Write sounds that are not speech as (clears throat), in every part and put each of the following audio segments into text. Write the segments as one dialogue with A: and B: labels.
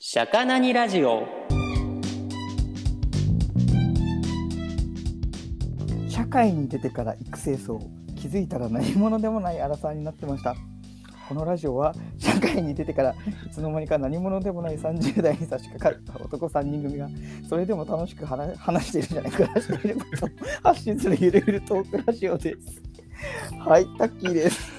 A: シャカナニラジオ
B: 社会に出てから育成層気づいたら何者でもないアラサーになってましたこのラジオは社会に出てからいつの間にか何者でもない30代に差し掛かった男3人組がそれでも楽しく話話しているんじゃないか話していることを発信するゆるゆるトークラジオですはいタッキーです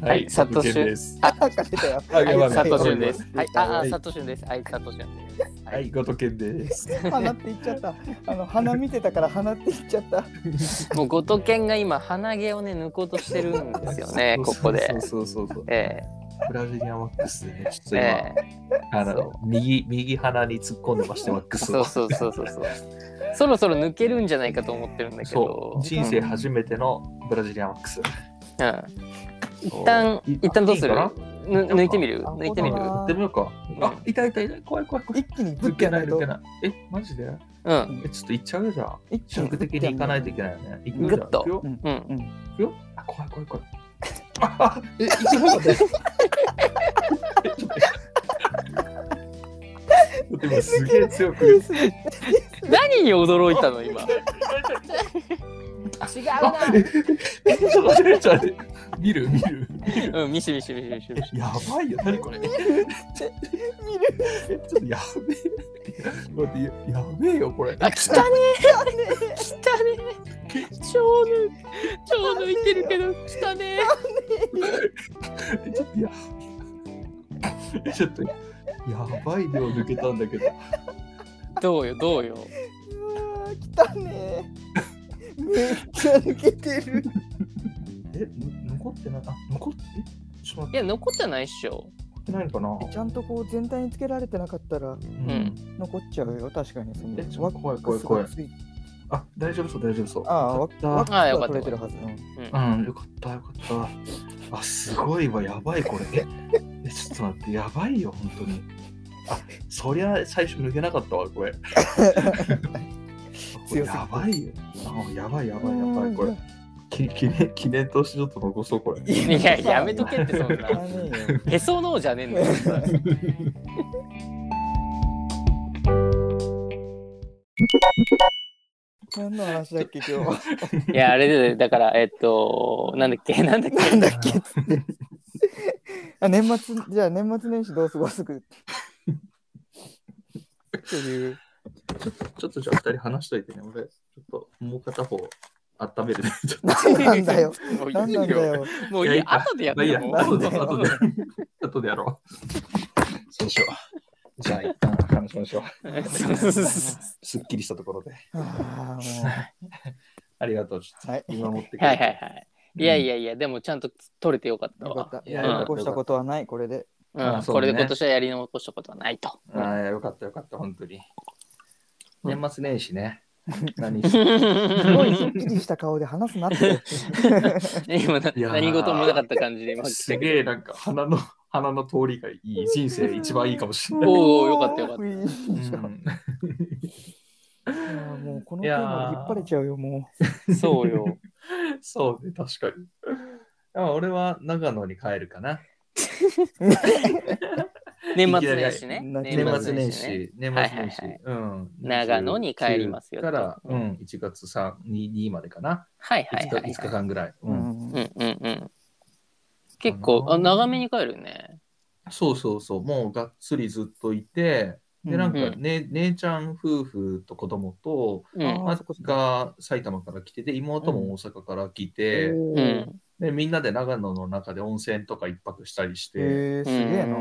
A: はい佐藤俊
C: です。
B: あかけたよ
C: あやばい
A: 佐
C: 佐
A: 藤
C: 藤
A: 俊
C: 俊
A: で
C: ですす。
A: はい、あ、あ
C: はい
A: 佐藤俊です。はい、佐藤俊です。
C: はい、ごとけんです。
B: 鼻って言っちゃったあの鼻見てたから鼻って言っちゃった
A: もうごとけんが今鼻毛をね抜こうとしてるんですよね
C: (laughs) 。そう
A: こ
C: そう
A: こで。
C: そうそうそうそう。
A: え
C: ブラジリアンワックスでね、ちょっ
A: え
C: と今、
A: え
C: あ
A: そ
C: の
A: う
C: 右右鼻に突っ込んでましてワッ
A: え
C: クス
A: そ
C: を。
A: うそうそうそうそう。そろそろ抜けるんじゃないかと思ってるんだけ
C: そ
A: ど。
C: う人生初めてのブラジリアンワックス。
A: うん。一旦
C: そう
A: 一旦どうする？
C: いいか
A: ぬ
C: な
A: 抜いてみる？
C: あ
A: 抜いてみる
B: ほ？ら
C: やってみようか。あ、いたいたいた、怖い怖い怖
B: 一
C: い。
B: 気にぶっ
C: 抜
B: て
C: け
B: やらな
C: な
B: いい
C: 抜
B: と
C: けない。え、マジで
A: うん
C: え、ちょっと行っちゃうよじゃあ。
B: 一気
C: 積
B: にぶっ
C: 極
B: け
C: 的に行かないといけないよね。行く
A: グッと
C: 行くよ。
A: うん。
C: 行くよ。あ、怖い怖い怖い。ああ、え、行っちゃうよ待って。えちょっと待って。でもすげえ強く。
A: 何に驚いたの今？違う
C: あええちょっと待って、ちょっと待って。見る見る。
A: な。うん、ミシミシミシミシミシ。
C: やばいよ、何これ。
B: 見る
C: えちょっとやべえ。待って、ややべえよ、これ。
A: あ、汚ねえ汚ねえ超抜超抜いてるけど汚ね
C: えちょっとや。えちょっと。やばい量抜けたんだけど。
A: えどうよどうよ
B: うわー来たね (laughs) ーめっちゃ抜けてる
C: え、ぬ残ってない。あ、残って。えちょ
A: い
C: っと待って
A: や残ってないっしょ
C: 残ってないのか
B: (laughs)
C: な。
B: ちゃんとこう全体につけられてなかったら
A: ん
B: 残っちゃうよ確かにその
C: えちょっと怖い怖い
B: ワ
C: 怖
B: ッ
C: い
B: クスがつい
C: あ、大丈夫そう、大丈夫そう。
B: ああワ
C: よ
B: ッ
C: か
B: ワ
C: っ
A: ああ
B: ッ
A: よ
B: ク
A: かった
B: スが取れてるはずうん
C: た。うん、よかった、よかった。あ、すごいわ、やばい、これ。え、えちょっと待って、やばいよ、本当に。あ、そりゃ、最初抜けなかったわ、 (laughs) これ。これ
B: 強すぎて
C: やばいよ。あ、やばい、やばい、やばい、これ。き記念記念としてちょっと残そう、これ。
B: い
A: いややめとけってそん
B: いか
A: な
B: ねえよ
A: へその緒じゃねえんだ
B: (laughs)
A: よ
B: 何の話だっけ今 (laughs) 日
A: いやあれでだからえっとなんだっけなんだっけ
B: なんだっけっつってあ年末じゃあ年末年始どう過ごすくって
C: (laughs)
B: いう
C: ちょっとじゃあ、二人話しといてね。俺、ちょっと、もう片方、温めるね。 (laughs) ちょっと
B: 何なんだよ
A: もうい
B: 何
A: い
B: なんだ
A: よ
B: よ
A: もうい
C: い
A: い
C: やいいか
A: 後でやっ
C: まあいい
A: て
C: や、
A: も (laughs)
C: 後で、後で、後でやろう。そうしよう。じゃあ、一旦話しましょう。すっきりしたところで。
B: あーも
C: ありがとう。ちょっ
B: うはい
C: と今持ってくれて
A: はいはいはいいやいやいやでもちゃんと取れてよかった
B: よか
A: わ
B: った。
C: いや
B: やり
A: よかった
B: 残したことはない、これで。
A: うん
C: あそう
A: こ
C: ね
A: れで今年はやり残したことはないと
C: うんああ、よかったよかった、本当に。
A: うん
C: 年末年始 (laughs) ね。何
A: う
C: し
B: (laughs) すごい
A: ん
B: すっきりした顔で話すな (laughs) って。
A: (laughs) 今ない
C: やー
A: 何事もなかった感じで今来
C: す
A: たけど
C: げえなんか鼻の鼻の通りがいい人生一番いいかもしれない。
A: おーよかったよかった
B: った。いやーもうこのテーマで引っ張れちゃうよ、も
A: そうよ。
C: うんそうね確かに。あ俺は長野に帰るかな。
A: 年末年始ね。
B: いき
C: 年
B: なり
C: 末年始、年末年始、
A: はいはい
C: うん。
A: 長野に帰りますよ
C: 29から、うん、1月3、2、2までかな。
A: はいはい
C: 5日
A: はい、は
C: ,5 日
A: い。
C: 間ぐらい。
B: う。
C: う
B: う
C: ん
B: ん
A: うんうんうん。結構あ長めに帰るね。
C: そうそうそう、もうがっつりずっといて、で、なんか、ね姉ちゃん夫婦と子供と、
A: うん。
B: あ
C: あ
B: そっかそっ
C: が埼玉から来てて、妹も大阪から来て、
A: う
B: へ
A: ん。
C: で、みんなで長野の中で温泉とか一泊したりして、
B: え、すげえな。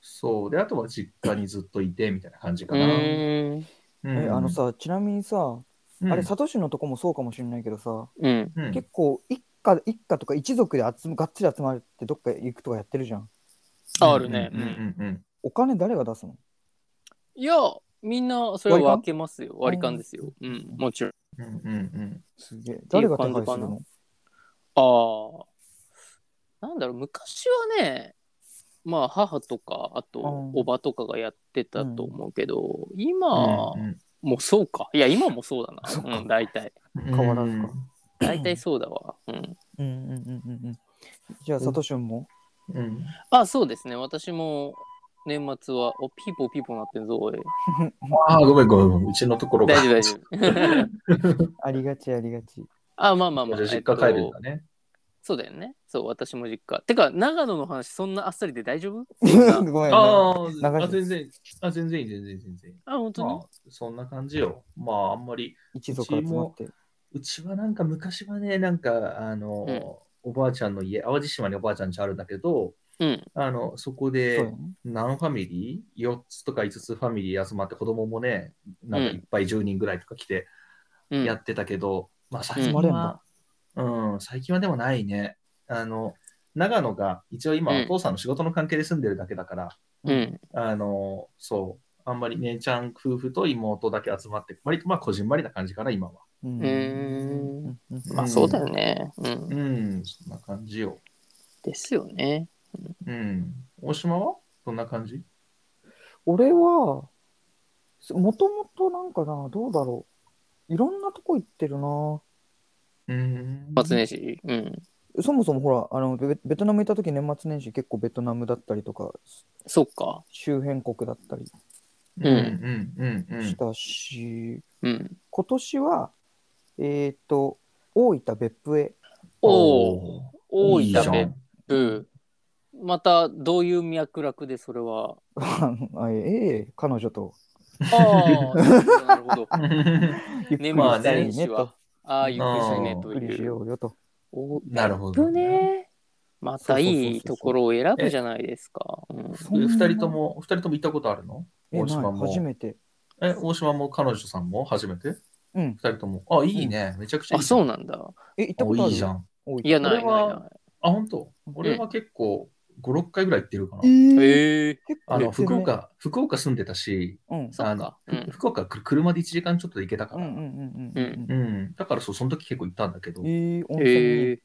C: そう、で、あとは実家にずっといてみたいな感じか
A: う
C: な。
A: ん。
C: うん
B: え、あの、さ、ちなみにさ、
C: うん
B: あれ、サトシのとこもそうかもしれないけどさ、
A: うん。
C: うん
B: 結構、一家、一家とか一族で集む、がっつり集まるってどっか行くとかやってるじゃん。
A: あるね。
C: うんうんうんうん
B: お金誰が出すの
A: いや、みんなそれは分けますよ。割り勘ですよ。うん。もちろん。
C: うんうんうん
B: すげえ。
A: てい
B: 誰
A: う
B: が手
A: 感じかな
B: 配する
A: あ
B: の
A: あ。なんだろう、昔はね、まあ母とか、あと
B: うん
A: おばとかがやってたと思うけど、今
C: うん
A: もそうか。いや、今もそうだ
B: そっ
A: な。
B: か
A: うん、大体。
C: うん
B: 変わらずか
A: 大体そうだわ。うん。
B: うんうん
C: (laughs)
B: うんうんうん。じゃあ、サトシも
C: うん
A: あそうですね私も年末は、お、ピーポーピーポーなってんぞ、おい。
C: ああ、ごめんごめんごめん。うちのところが。
A: 大丈夫、大 (laughs) 丈夫。
B: ありがちありがち。
A: あ、まあまあまあ。
C: じゃあ実家帰
A: え
C: る
A: っと
C: んだね。
A: そうだよね。そう、私も実家。てか、長野の話、そんなあっさりで大丈夫
C: (laughs)
B: ごめん。
C: あ
B: 長
C: あ、
B: い
C: あ全然、あ、全然いい、全然いい、全然いい。
A: あ、本当に
C: まあ、そんな感じよ。まあ、あんまり、
B: 一族集まって。
C: うちはなんか昔はね、なんか、あの、
A: うん
C: おばあちゃんの家、淡路島におばあちゃん家あるんだけど、
A: うん。
C: あの、そこ
B: そう
C: で
B: だね、
C: 何ファミリー ?4 つとか5つファミリー集まって、子供もね、なんかいっぱい10人ぐらいとか来て
A: うん。
C: やってたけど、まあ最近
A: 集ま
B: れんだ
C: は、うん、最近はでもないね。あの、長野が一応今
A: うん
C: お父さんの仕事の関係で住んでるだけだから、
A: うん。
C: あの、そう、あんまり姉ちゃん夫婦と妹だけ集まって、割とまあこじんまりな感じかな、今は。
B: う
A: うんーん。
B: うん
A: まあ、そうだよね。うん。
C: うん、そんな感じよ。
A: ですよね。
C: うん。大島はどんな感じ
B: 俺は、もともとなんかな、どうだろう。いろんなとこ行ってるな。
C: うん。
A: 松年始。うん。
B: そもそもほら、あのベベトナム行った時年末年始結構ベトナムだったりとか、
A: そっか。
B: 周辺国だったり
C: うんうんうんうん。
B: したし、
A: うん。
B: 今年は、えーっ、と、大分別府へ。 (laughs)
A: おお。
C: お
A: 大
C: いいじゃ
A: 分
C: ん
A: 別府。また、どういう脈絡でそれは。
B: あええ彼女と。
A: ああ、 (laughs) なる
C: (laughs)
A: ほど。
B: ゆっくり
C: まあ
B: し
C: ね
B: た
A: 年
B: いね
A: 始
B: と
A: は。。ああ、ゆっくりしたいね
C: うん
A: と
B: ゆっくりし
A: いう。
B: ようよと。
C: なるほ
A: ぶ
C: ど。
A: ね。またいいところを選ぶじゃないですか。うん
B: そんな
C: 二人とも、二人とも行ったことあるの
B: え
C: 大
B: ない
C: 島も。
B: 初めて。
C: え、大島も彼女さんも初めて
B: うん
C: 二。人とも。あ、いいね。めちゃくちゃい
A: あ、
C: いじゃん。
A: そうなんだ。
B: え、行ったことあ
C: お
B: る
C: いいじゃん。
B: 大分
A: いや、ないな
C: 俺
A: い
C: は
A: な
C: あ、本当。俺は結構5、6回ぐらい行ってるかな。
B: えー
A: い。へえ。
B: 結構
C: あ
B: 行
C: の
B: ってる
C: 福
B: ね。
C: 岡、福岡住んでたし、
B: うん。
A: そ
C: あ
A: っ
C: の
A: か。うん
C: 福岡く車で1時間ちょっとで行けたか
B: うん
C: ら、
B: う
C: うん
B: んうんう
A: うん
B: ん
C: だからそうその時結構行ったんだけど、
B: うん。えー、温泉
A: へ
B: に。
A: え。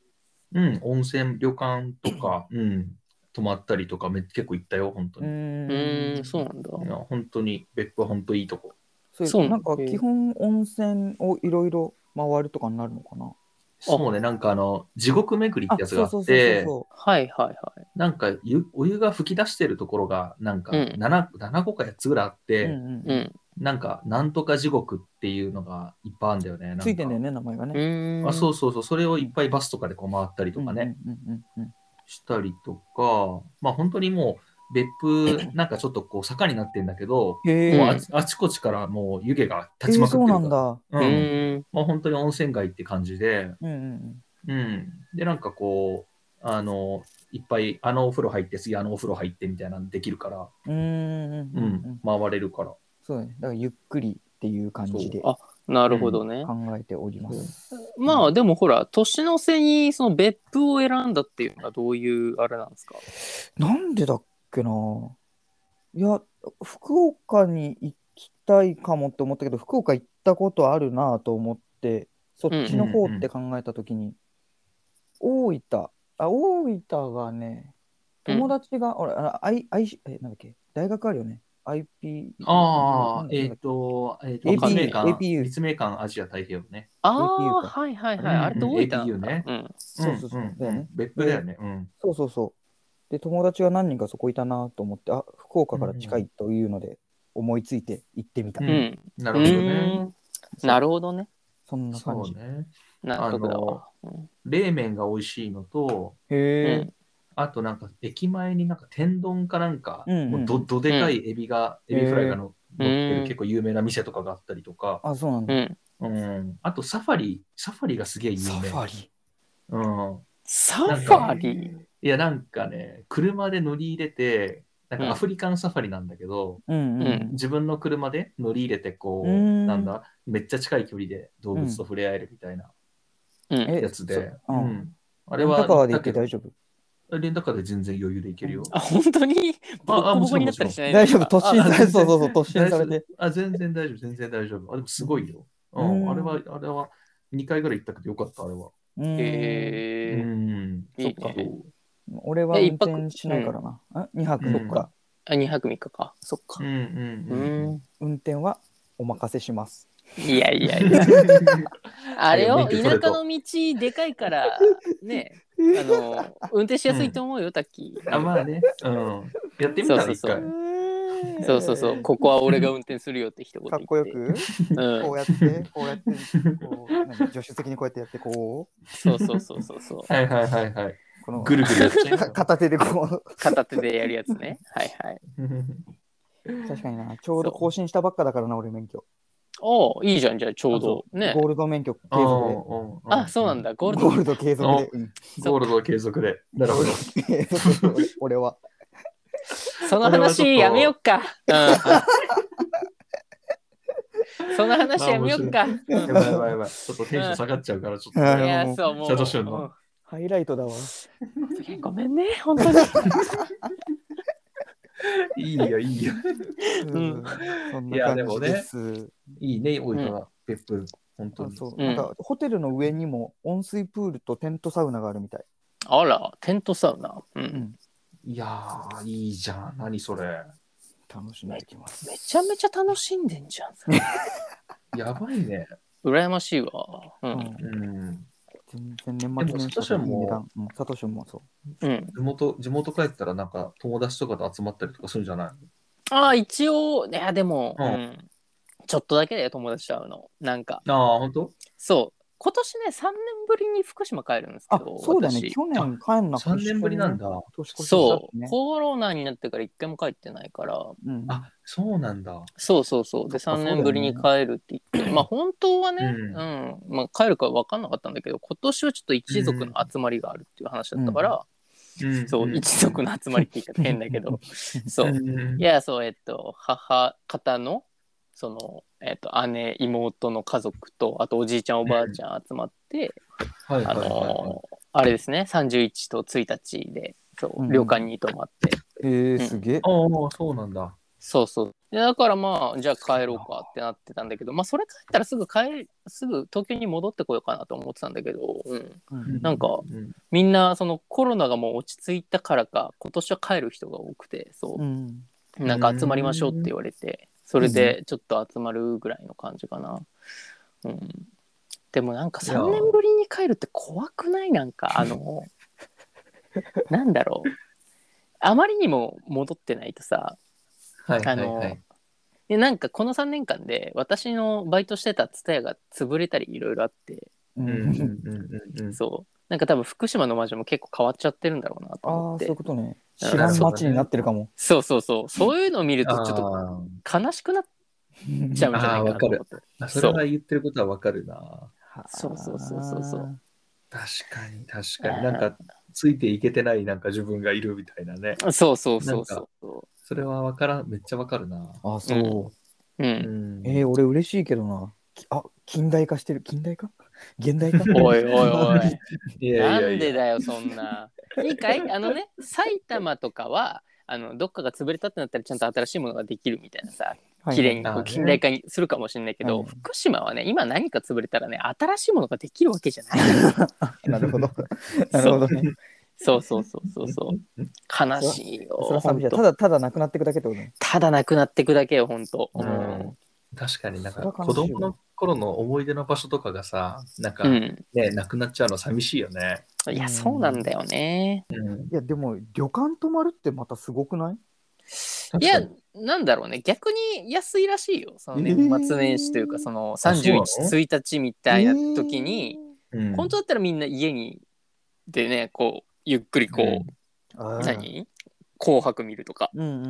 C: うん、温泉、旅館とか、うん、泊まったりとかめ、結構行ったよ、本当
B: う
C: に。
A: うんーん、そうなんだ。
C: いや本当に、別府は本当いいとこ。
B: そう
A: そう
B: なんか
A: へー
B: 基本温泉をいろいろ回るとかになるのかな。
C: そうね、なんかあの、地獄巡りってやつがあ
B: そうそう
C: っ
B: そう
C: て、
B: そ
A: はいはいはい。
C: なんかゆお湯が噴き出してるところが、なんか
A: うん
C: 7、七個か8つぐらいあっ
B: う。
C: て、
B: うんうん
A: う
B: うん
A: ん。
C: なんか、なんとか地獄っていうのがいっぱいあるんだよね。なんか
B: ついてんだよね、名前が
A: う
B: ね。
A: ーん。
C: あそうそうそう、それをいっぱいバスとかでこう回ったりとかね、
B: うんうんうんうん。
C: したりとか、まあ本当にもう別
B: (laughs)
C: 府なんかちょっとこう坂になってんだけど、
B: へ
C: もうあ
B: え。
C: ちあちこちからもう湯気が
B: え
C: 立ち
B: ー、
C: まくっ
B: そ
C: て
B: う
C: る
B: な
C: から、
B: んだ。
A: う
C: うん
A: ーん。
C: まあ、本当に温泉街って感じで、
B: うんうん
C: うん、でなんかこうあのいっぱいあのお風呂入って次あのお風呂入ってみたいなのできるから、
B: うん。うんうん
C: う
B: うんんうん。
C: 回れるから
B: そうだね。だからゆっくりっていう感じで
A: あ
B: 考、
A: なるほどね。
B: えております。
A: まあでもほら、年の瀬にその別府を選んだっていうのはどういうあれなんですか
B: なんでだっけないや、福岡に行きたいかもって思ったけど、福岡行ったことあるなと思って、そっちの方って考えたときに、大分、あ、大分がね、友達が、俺、あの、I、I、え、なんだっけ、大学あるよね。IP。
C: あ
B: な
C: あ
B: んだっけ
C: えっ、と、えっ、と、
B: AP
C: 立命館、
B: APU
C: 立命館アジア太平洋ね。
A: あ
B: う
A: あ、
B: か
A: はいはいはい。
C: うん
A: あれどういった
C: うん APU ね
A: うん。
B: そうそうそう。
C: ん
B: だよね。
C: 別府だよね。うん。
B: そうそうそう。で、友達が何人かそこいたなと思って、あ、福岡から近いというので、思いついて行ってみた。
C: う
A: うんん。な
C: なるほどね。
A: なるほどね。
B: そんな感
C: そう
B: じ。
C: ね。
A: 納得だわ。うん
C: 冷麺が美味しいのと、
B: へえ。
C: あとなんか駅前になんか天丼かなんか、
B: うんうん
C: もうどどでかいエビが、
B: うん
C: エビフライがの
A: へー
C: 乗って
A: うん
C: る結構有名な店とかがあったりとか、
B: あ、そうなん
A: う
B: だ。
A: ん。
C: うん。あとサファリ、サファリがすげえ有名。
B: サファリ。
C: うん。
A: サファリ
C: いやなんかね、車で乗り入れて、なんかアフリカンサファリなんだけど、
B: うんうん。
C: 自分の車で乗り入れてこ
B: うー
C: う、
B: ん
C: なんだめっちゃ近い距離で動物と触れ合えるみたいな
A: うん。
B: え
C: やつで、
B: そううんん。
C: あ
B: レン
C: れは
B: タカーで行って大
C: だ
B: 丈夫
C: けどレンタカーで全然余裕で行けるよ、
A: あ、本当にボ
C: あ
A: コ
C: あ
A: ボ
C: も
A: コ
C: ちろん
A: になったりしない
B: 大丈夫、突進され、
C: あ
B: そうそうそう、突進
C: 大丈
B: され
C: 夫
B: て。
C: あ全然大丈夫全然大丈夫あでもすごいよ、う、
B: うんん
C: あれはあれは2回ぐらい行ったけどよかったあれは
B: うーん
C: う
A: え
C: ん
A: いい
C: そっ
A: ね
C: か
B: 俺は
A: え
B: 運
A: 一泊
B: 転しないからな。2泊
C: うん
B: 4日。
A: あ、2泊3日か。そっ
C: う
A: か
C: ん。
A: う
C: うんうん
A: ん。
B: 運転はお任せします。
A: い
C: (laughs)
A: やいやいや。あれ
C: いや
A: を
C: 免許
A: 田
C: 取れと
A: 舎の道でかいから、ね、あ
C: (laughs)
A: の、運転しやすいと思うよ、タッキー。
C: (laughs) あ、まあね。うん。やってみたら
A: そう
C: 一
A: そうそう
C: 回。
A: そうそうそう、ここは俺が運転するよって一言
B: か
A: 言っ。
B: ってこよく、
A: うん
B: こうやって、こうやって、こう、なんか助手席にこうやってやって、こう、
A: そうそうそうそうそう。
C: はいはいはいはい。
B: この
C: ぐるぐるやっち
A: (laughs)
C: ゃ
B: か片手でこ
A: 片手でやるやつね。はいはい。
B: う、確かにな、ちょうど更新したばっかだからな、俺免許。
A: おお、いいじゃん、じゃあちょうど。ね
B: ゴ。ールド免許継
C: う。
B: 続で。
C: うん
A: あ、そうなん。だ、ゴール
B: ゴ
A: ド
B: ー。ルド継続で。うん
C: ゴールド継続で。なるほど。
B: 継続で (laughs) 俺は。
A: その話やめよっか。うん。その話やめよっか。うん
C: やばいやばいやばい。ちょっとテンション下がっちゃうから、ちょっと。
A: い
B: あ
A: や、そう、も
C: 佐藤俊の
A: う。
B: ハイライトだわ。
A: うんごめんね、本当に。
C: いいよ、いいよ。
B: うんそん
C: いや
B: な
C: で
B: 感
C: も
B: じ
C: ね
B: です。
C: いいね、大分は。別府。本当
B: あ
C: に。
B: そう
A: うん
B: なんかホテルの上にも温水プールとテントサウナがあるみたい。
A: あら、テントサウナ。うん。
C: いやー、いいじゃん。何それ。
B: 楽しんできます。
A: めちゃめちゃ楽しんでんじゃん。
C: やばいね。
A: 羨ましいわ。う。
B: うんん
C: うん。
B: 全然年末年始とかいい値段。うんサトシもそ
A: うん。
C: 地元、地元帰ったらなんか友達とかと集まったりとかするんじゃない
A: ああ、一応、いや、でも、
C: う
A: うんん。ちょっとだけだよ、友達と会うの。なんか、
C: ああ、本当
A: そう。今年ね、3年ぶりに福島帰るんです
B: う。
A: け
B: あ
A: ど、、
B: そうだね。
A: 私
B: 去年帰んな
C: 三年ぶりなん
B: だ。
C: だ。
B: 年越しだっ
A: そ
B: た
A: う、
B: ね。
A: コロナになってから一回も帰ってないから、
B: うん。
C: あ、そうなんだ。
A: そうそうそう。で、
B: そっか
A: 3年ぶりに帰るって言
C: (clears throat)
A: って、まあ本当はね、
C: う
A: うん、まあ帰るか分かんなかったんだけど、今年はちょっと一族の集まりがあるっていう話だったから、
C: うん
A: そう、
C: 一
A: 一族の集まりって言い方変だけ
C: (laughs)
A: ど、そう。い
C: いや、
A: や、そう、えっと、母方の、その、えっと、姉、妹の家族と、あとおじいちゃん、おばあちゃん集まって、
C: はいは
A: あ
C: いはいは
A: のーあれですね、31と1日で、そうう、
B: ん
A: 旅館に泊まって、
B: えー、すげえ
C: い。。ああ、そうなんだ。
A: そうそう。でだからまあ、じゃあ帰ろうかってなってたんだけど、まあ、それ帰ったらすぐ帰、すぐ東京に戻ってこようかなと思ってたんだけど、うん、
B: うん
A: なんか
C: うん
A: みんな、そのコロナがもう落ち着いたからか、今年は帰る人が多くて、そうう、
B: ん。
A: なんか集まりましょうって言われて、それでちょっと集まるぐらいの感じかな。うん。でもなんか
C: いや
A: 3年ぶりに帰るって怖くないなんか、あ (laughs) の、なんだろう。あまりにも戻ってないとさ、
C: はいは
A: あ
C: い
A: の
C: はい。
A: でなんかこの3年間で私のバイトしてた蔦屋が潰れたりいろいろあって、
B: う
C: うんう
B: ん。
C: んうんうん
A: そうなんか多分福島の魔女も結構変わっちゃってるんだろうなと
B: あ
A: 思っ
B: あ、そう
A: て
B: いうことね。知らん街になってるかも。
A: そうそうそうそういうのを見るとちょっと
C: あ
A: 悲しくなっち
B: (laughs)
A: ゃうんじゃないかなと思って
C: ーそれが言ってることはわかるな。
A: そうそうそうそうそう。
C: 確かに確かに。なんかついていけてないなんか自分がいるみたいなね。
A: そうそうそうそう
C: それはわからん、めっちゃわかるな。
B: あーそ
A: う
B: う。
C: うんん
B: えー、俺嬉しいけどな。きあ、近代化してる。近代化 (laughs) 現代化
A: お
B: (laughs)
A: いおいおい
C: いや
A: ない
C: や
A: ん
C: い
A: で
C: や。
A: だよそんないいかいあのね埼玉とかはあのどっかが潰れたってなったらちゃんと新しいものができるみたいなさ綺麗にこ
C: あー
A: う
C: ね
A: 近代化にするかもしれないけど、
B: うん
A: 福島はね今何か潰れたらね新しいものができるわけじゃない
B: (laughs) なる
A: (laughs)
B: ほど。 (laughs) なるほどね。
A: そうそうそうそうそう悲しい
B: それ
A: よ
B: は寂し
A: ほ
B: い。た
A: んと
B: だただなくなっていくだけってことね。
A: ただなくなってくだけよ本当う
C: うんん確かになん
B: それ
C: か
B: は悲しい
C: 子供の頃の思い出の場所とかがさ、なんか
A: う
C: ね、
A: ん、
C: なくなっちゃうの寂しいよね。
A: いやそうなんだよね
C: うん
B: いや、でも、旅館泊まるってまたすごくない
A: いやなんだろうね逆に安いらしいよその
B: えー
A: 年末年始というかその
C: そうなの
A: 311日みたいな時に、、
C: うん
A: 本当だったらみんな家にでねこうゆっくりこう、
C: うん
B: あー
A: 何紅白見るとか
B: うんう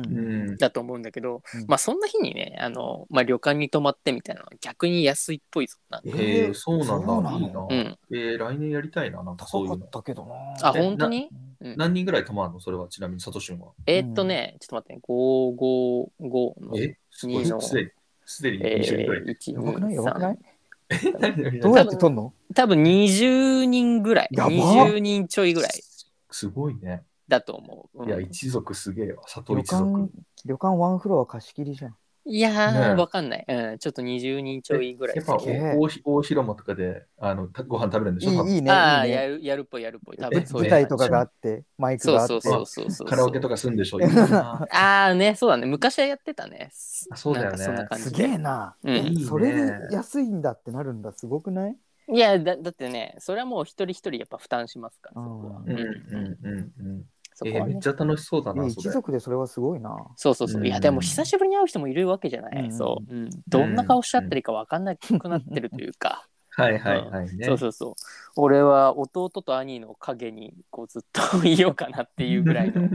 B: ん。
C: うん
A: だと思うんだけど、
B: うん
A: まあそんな日にねあの、まあ、旅館に泊まってみたいなのは逆に安いっぽいぞなんか
B: え
C: へえ、そうなん
B: そうな
C: だ。
B: の
C: いいな
A: う。ん
C: えー、来年やりたいな、なんかそうい
B: 高
C: う
B: か
C: の
B: っ。たけどな。
A: あ
C: え
A: 本当にうん
C: 何人ぐらい泊まるのそれはちなみに、サトシンは。
A: えーっとねちょっと待ってね555の
C: え、すごい。
A: いいの
C: すでに、すでに
A: え
C: 20人ぐらい。
A: (laughs) ー、1
B: やばくないやばくない
C: え
B: どうやって撮んの
A: 多分20人ぐらい
B: やばっ
A: 20人ちょいぐらい
C: すごいね。
A: だと思う、うん
C: いや、一族すげえわ。佐
B: 旅
C: 藤一
B: 館
C: 族。、
B: 旅館ワンフロア貸し切りじゃん。
A: いやー、
C: ねえ
A: わかんない、うん、ちょっと20人ちょいぐらい
C: やっぱ
B: すげえ
C: 大大大広間とかであのたご飯食べるんでしょ多分
B: いいいいね。
A: ああ、
B: いい
A: や
B: ね
A: るやるっぽいやるっぽい多
C: え
A: 分そう
B: 舞
A: いう
B: 台とかがあって、マイク
A: そう
B: があって
A: そ。うそうそうそう
C: カラオケとかするんで
B: (laughs)
C: しょいいな
A: ああねそうだね昔はやってたね
C: あそうだよ
A: な
C: ね
A: んかそんな感
B: す
A: じ
B: げ
A: で
B: えな。
A: うん
C: いいね
B: それで安いんだってなるんだ。すごくない
A: いやだだってねそれはもう一人一人やっぱ負担しますからそこは
B: あ
C: う
A: うんん
C: うんうんうん。
A: そ
C: え
A: こは
C: ーめっ
A: ね
C: ちゃ楽しそうだ
B: いや
C: な、そ
B: 一
C: れ。
B: 族でそれはすごいな。
A: そうそうそううんいやでも久しぶりに会う人もいるわけじゃない、
B: うん
A: そう、うん、どんな顔しちゃってるか分かんなくなってるというか、
C: はいはいはいね。
A: そうそうそう俺は弟と兄の影にこうずっといようかなっていうぐら
C: (laughs)
A: いの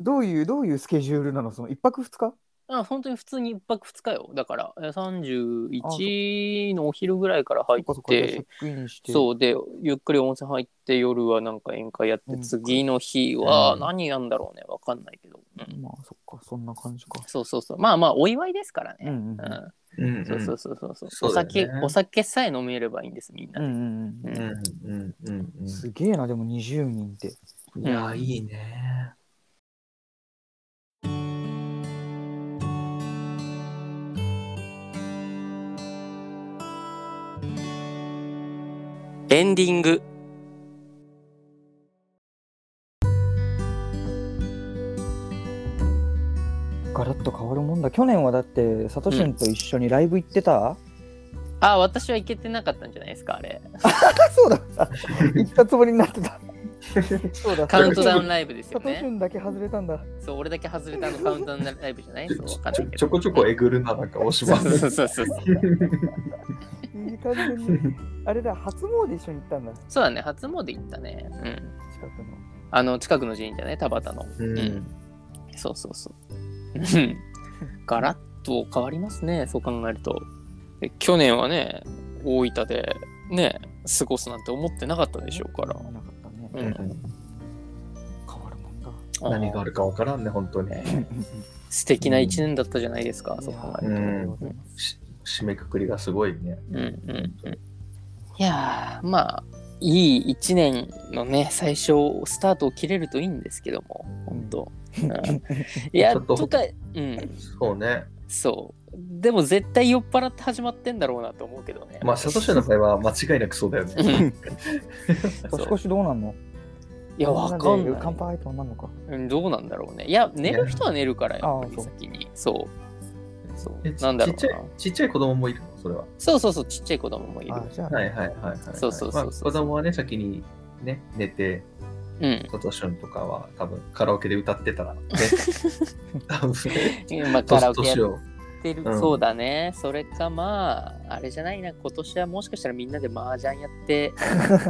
B: どういうどういうスケジュールなのその一泊二日？
A: あ本当に普通に1泊2日よだからえ31のお昼ぐらいから入
B: そっかそ
A: っ
B: っかじゃあチ
A: て
B: ェックインして。
A: そうでゆっくり温泉入って夜はなんか宴会やって、
B: うん
A: 次の日は
C: うん
A: 何やんだろうねわかんないけど、うん
B: まあそっかそんな感じか。
A: そうそうそうまあまあお祝いですから
B: うんう
A: ね、
B: ん
A: う
B: うん
C: うんうん。
A: そうそうそうそうそう
C: そう
A: お
C: だよね
A: 酒お酒さえ飲めればいいんですみんな
B: うんう
A: で、
B: ん
A: う
B: うんん。
C: うんうんうん
B: すげえなでも20人って。
C: うん。いや、いいね。
A: エンディング
B: ガラッと変わるもんだ。去年はだってサトシンと一緒にライブ行ってた？
A: あ私は行けてなかったんじゃないですかあれ
B: あそう
A: (laughs)
B: だ。行ったつもりになってた。そうだ。
A: カウントダウンライブです
B: サ
A: よ
B: トシ
A: ね
B: ンだけ外れたんだ。
A: そう俺だけ外れたあのカウントダウンライブじゃない
C: ち
A: そう
C: ょ
A: わかん
C: ち
A: な
C: ょ
A: いけ
C: ちょ
A: ど
C: こちょこえぐるな、なんか、おし
A: そ
C: ま
A: うそうそうそう
B: いい感じに。あれだ初詣一緒に行ったんだ。
A: そうだね初詣行ったねうん
B: 近くの。
A: あの近くの神社ね田畑の
C: う
A: うん
C: ん。
A: そうそう (laughs) そう。うんガラッと変わりますね、そう考えると。で去年はね、大分でね、過ごすなんて思ってなかったでしょうから。
B: なかったね。
A: う
C: うんん
B: 変わるもんだ。
C: 何があ
A: あー
C: るかわからんね、本当に。
A: 素敵な一年だったじゃないですか、そう考える
C: うんし締めくくりがすごいね。
A: と。うんうんうん、いやー、まあ、いい一年のね、最初、スタートを切れるといいんですけども、本当。うんいや、
C: (laughs) ちょっと
A: とか、うん、
C: そうね。
A: そう。でも絶対酔っ払って始まってんだろうなと思うけどね。
C: まあ、サトシの場合は間違いなくそうだよね。
A: そう
B: 年越しどうなんの
A: いや、わかん
B: み
A: なん
B: で乾
A: い。
B: 杯とかなんのか。
A: うんどうなんだろうね。いや、寝る人は寝るから、やっぱ
B: あ
A: り
B: ーそう
A: 先に。そう。そ
C: え
A: う。
C: ち
A: なんだろ
C: ちっ
A: う
C: ちゃ。
A: ない
C: ちっちゃい子供もいるのそれは。
A: そうそうそう、ちっちゃい子供もいる。
B: あ、じゃあ、
C: はいはいはいはい。
A: そうそうそうそう
C: まあ子供はね、先にね、寝て、
A: うん。
C: サトシンとかは多分カラオケで歌ってたら、ね、多分ね、
A: 今カラ
C: 年
A: オケや
C: 年
A: っ
C: を。
A: てる、
C: うん
A: そうだね。それかまあ、あれじゃないな、今年はもしかしたらみんなで麻雀やって、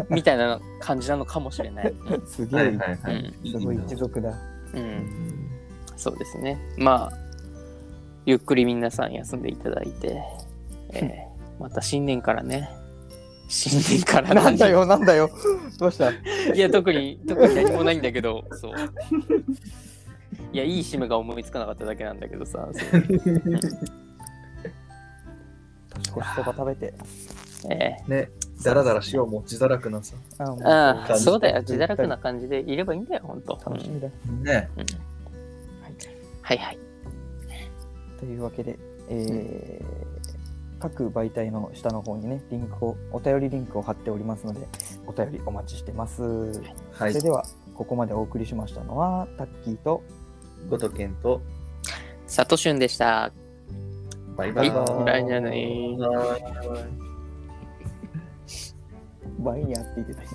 A: みたいな感じなのかもしれない。うん
B: すげ
C: は
B: え、
C: いはいはい。
B: すごい一族だ。
A: うん、そうですね。まあ、ゆっくり皆さん休んでいただいて、えーまた新年からね、新年から
B: なんだよ、なんだよ。どうした
A: いや特に特に何もないんだけどそういやいい締めが思いつかなかっただけなんだけどさそう
B: 年越しとか食べて。
A: え
C: ね、だらだらしよう、持ちづらくなさ。
B: あもう
A: えああ
C: 感じ
A: そうだよ自堕落な感じでいればいいんだよ本当
B: 楽しみだ。
C: ね。
B: はい
A: はいはい
B: というわけで、えー各媒体の下の方にね、リンクを、お便りリンクを貼っておりますので、お便りお待ちしてます。
C: は
B: そ
C: い
B: れ。では、ここまでお送りしましたのは、タッキーと、
C: ごとけんと、
A: さとしゅんでした
C: バイバ
A: は
C: イ。
A: いバイじゃない
C: バイバイ
B: バイヤーって言ってた今